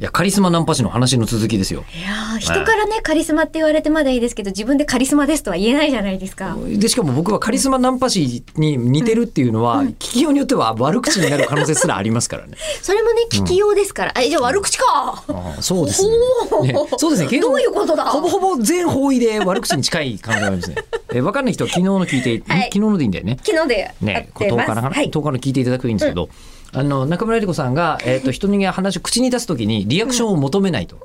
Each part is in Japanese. いや、カリスマナンパ師の話の続きですよ。いやー人からねカリスマって言われてまだいいですけど自分でカリスマですとは言えないじゃないですか。で、しかも僕はカリスマナンパ師に似てるっていうのは、聞きようによっては悪口になる可能性すらありますからね。それもね聞きようですから、えじゃあ悪口か、ああそうですねほうねそうですね。どういうことだほぼほぼ全方位で悪口に近い感じがありま すね。え、わかんない人は昨日の聞いて、んはい昨日のでいいんだよね。昨日でやっね、これて10ま日す。の話、は10い日の聞いていただくといいんですけど、あの中村江里子さんが、えっと人に話を口に出すときにリアクションを求めないと、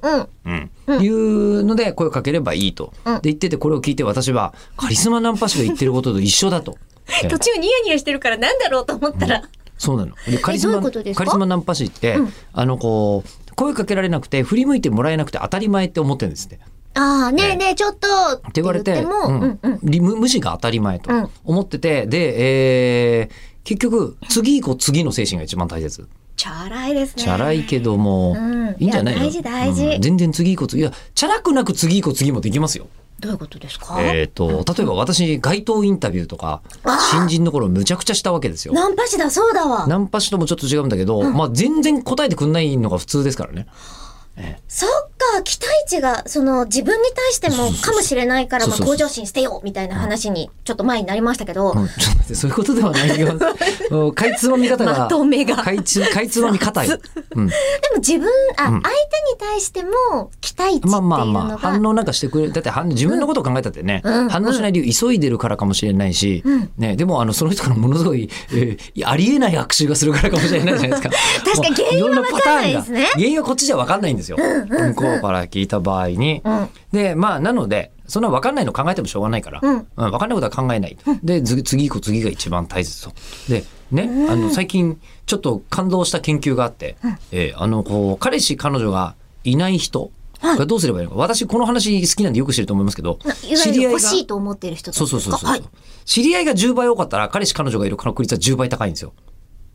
うんうんいうので声をかければいいと、うんで言っててこれを聞いて私はカリスマナンパ師が言ってることと一緒だ と。え途中ニヤニヤしてるからなんだろうと思ったら、そうなの。でカリスどういマうことですカかリスマナンパ師って、うんあのこう声かけられなくて振り向いてもらえなくて当たり前って思ってるんですって。ああねえねえちょっとってって言われて言っても、うんうんうんり無無視が当たり前とうん思ってて、で、えー結局次以降次の精神が一番大切。チャラいですね。チャラいけども、うんいいんじゃないのいや大事大事うん全然次以降次いやチャラくなく次以降次もできますよ。どういうことですか？えっ、と例えば私街頭インタビューとかあ新人の頃むちゃくちゃしたわけですよ。ナンパ師だそうだわ。ナンパ師ともちょっと違うんだけど、まあ全然答えてくんないのが普通ですからね。そっか期待値がその自分に対してもかもしれないからまあそうそうそう向上心してよみたいな話にちょっと前になりましたけうん、ど、ちょっと待ってそういうことではない よ。うん開通の見方が。まとめが開通開通の見 方よ。うん。でも自分、あ、うん相手に対しても期待値っていうまあのが、まあまあ反応なんかしてくれるだって反自分のことを考えたってね、うんうん反応しない理由急いでるからかもしれないし、うんね、でもあのその人からものすごい、えーありえない悪臭がするからかもしれないじゃないですか 確かに原因はもうろろパターンがわかんないですね原因はこっちじゃ分かんないんですよ、向こうから聞いた場合に、うんでまあなのでそんな分かんないの考えてもしょうがないから、うん分かんないことは考えない、で次次以降次が一番大切と。でね、あの最近ちょっと感動した研究があって、えーあのこう彼氏彼女がいない人がどうすればいいのか、私この話好きなんでよく知ると思いますけどな、いわゆる欲しいと思ってる人とそうそうそうそう、はい。知り合いが10倍多かったら彼氏彼女がいる確率は10倍高いんですよ。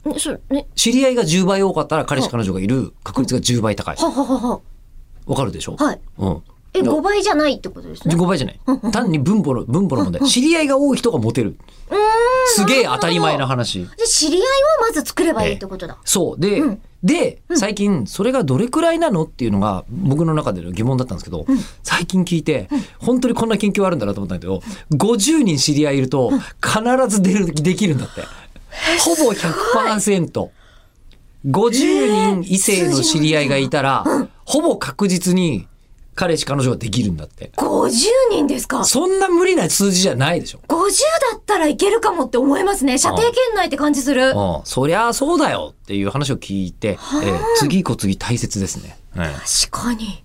ねそう、ね、知り合いが10倍多かったら彼氏彼女がいる確率が10倍高い。はははわかるでしょ、は。はい。うん。え、5倍じゃないってことですね。 5倍じゃない。単に分母の、分母の問題。知り合いが多い人がモテる。すげえ当たり前な話。じゃあ知り合いをまず作ればいいってことだ。そう。で、うんで、最近、それがどれくらいなのっていうのが、僕の中での疑問だったんですけど、最近聞いて、本当にこんな研究あるんだなと思ったんだけど、50人知り合いいると、必ず出る、できるんだって。ほぼ100%。50人異性の知り合いがいたら、ほぼ確実に彼氏彼女ができるんだって。 50人ですか ?50 そんな無理な数字じゃないでしょ。だったらいけるかもって思いますね。射程圏内って感じする。うん、そりゃそうだよっていう話を聞いて、えー次以降次大切ですね。確かに。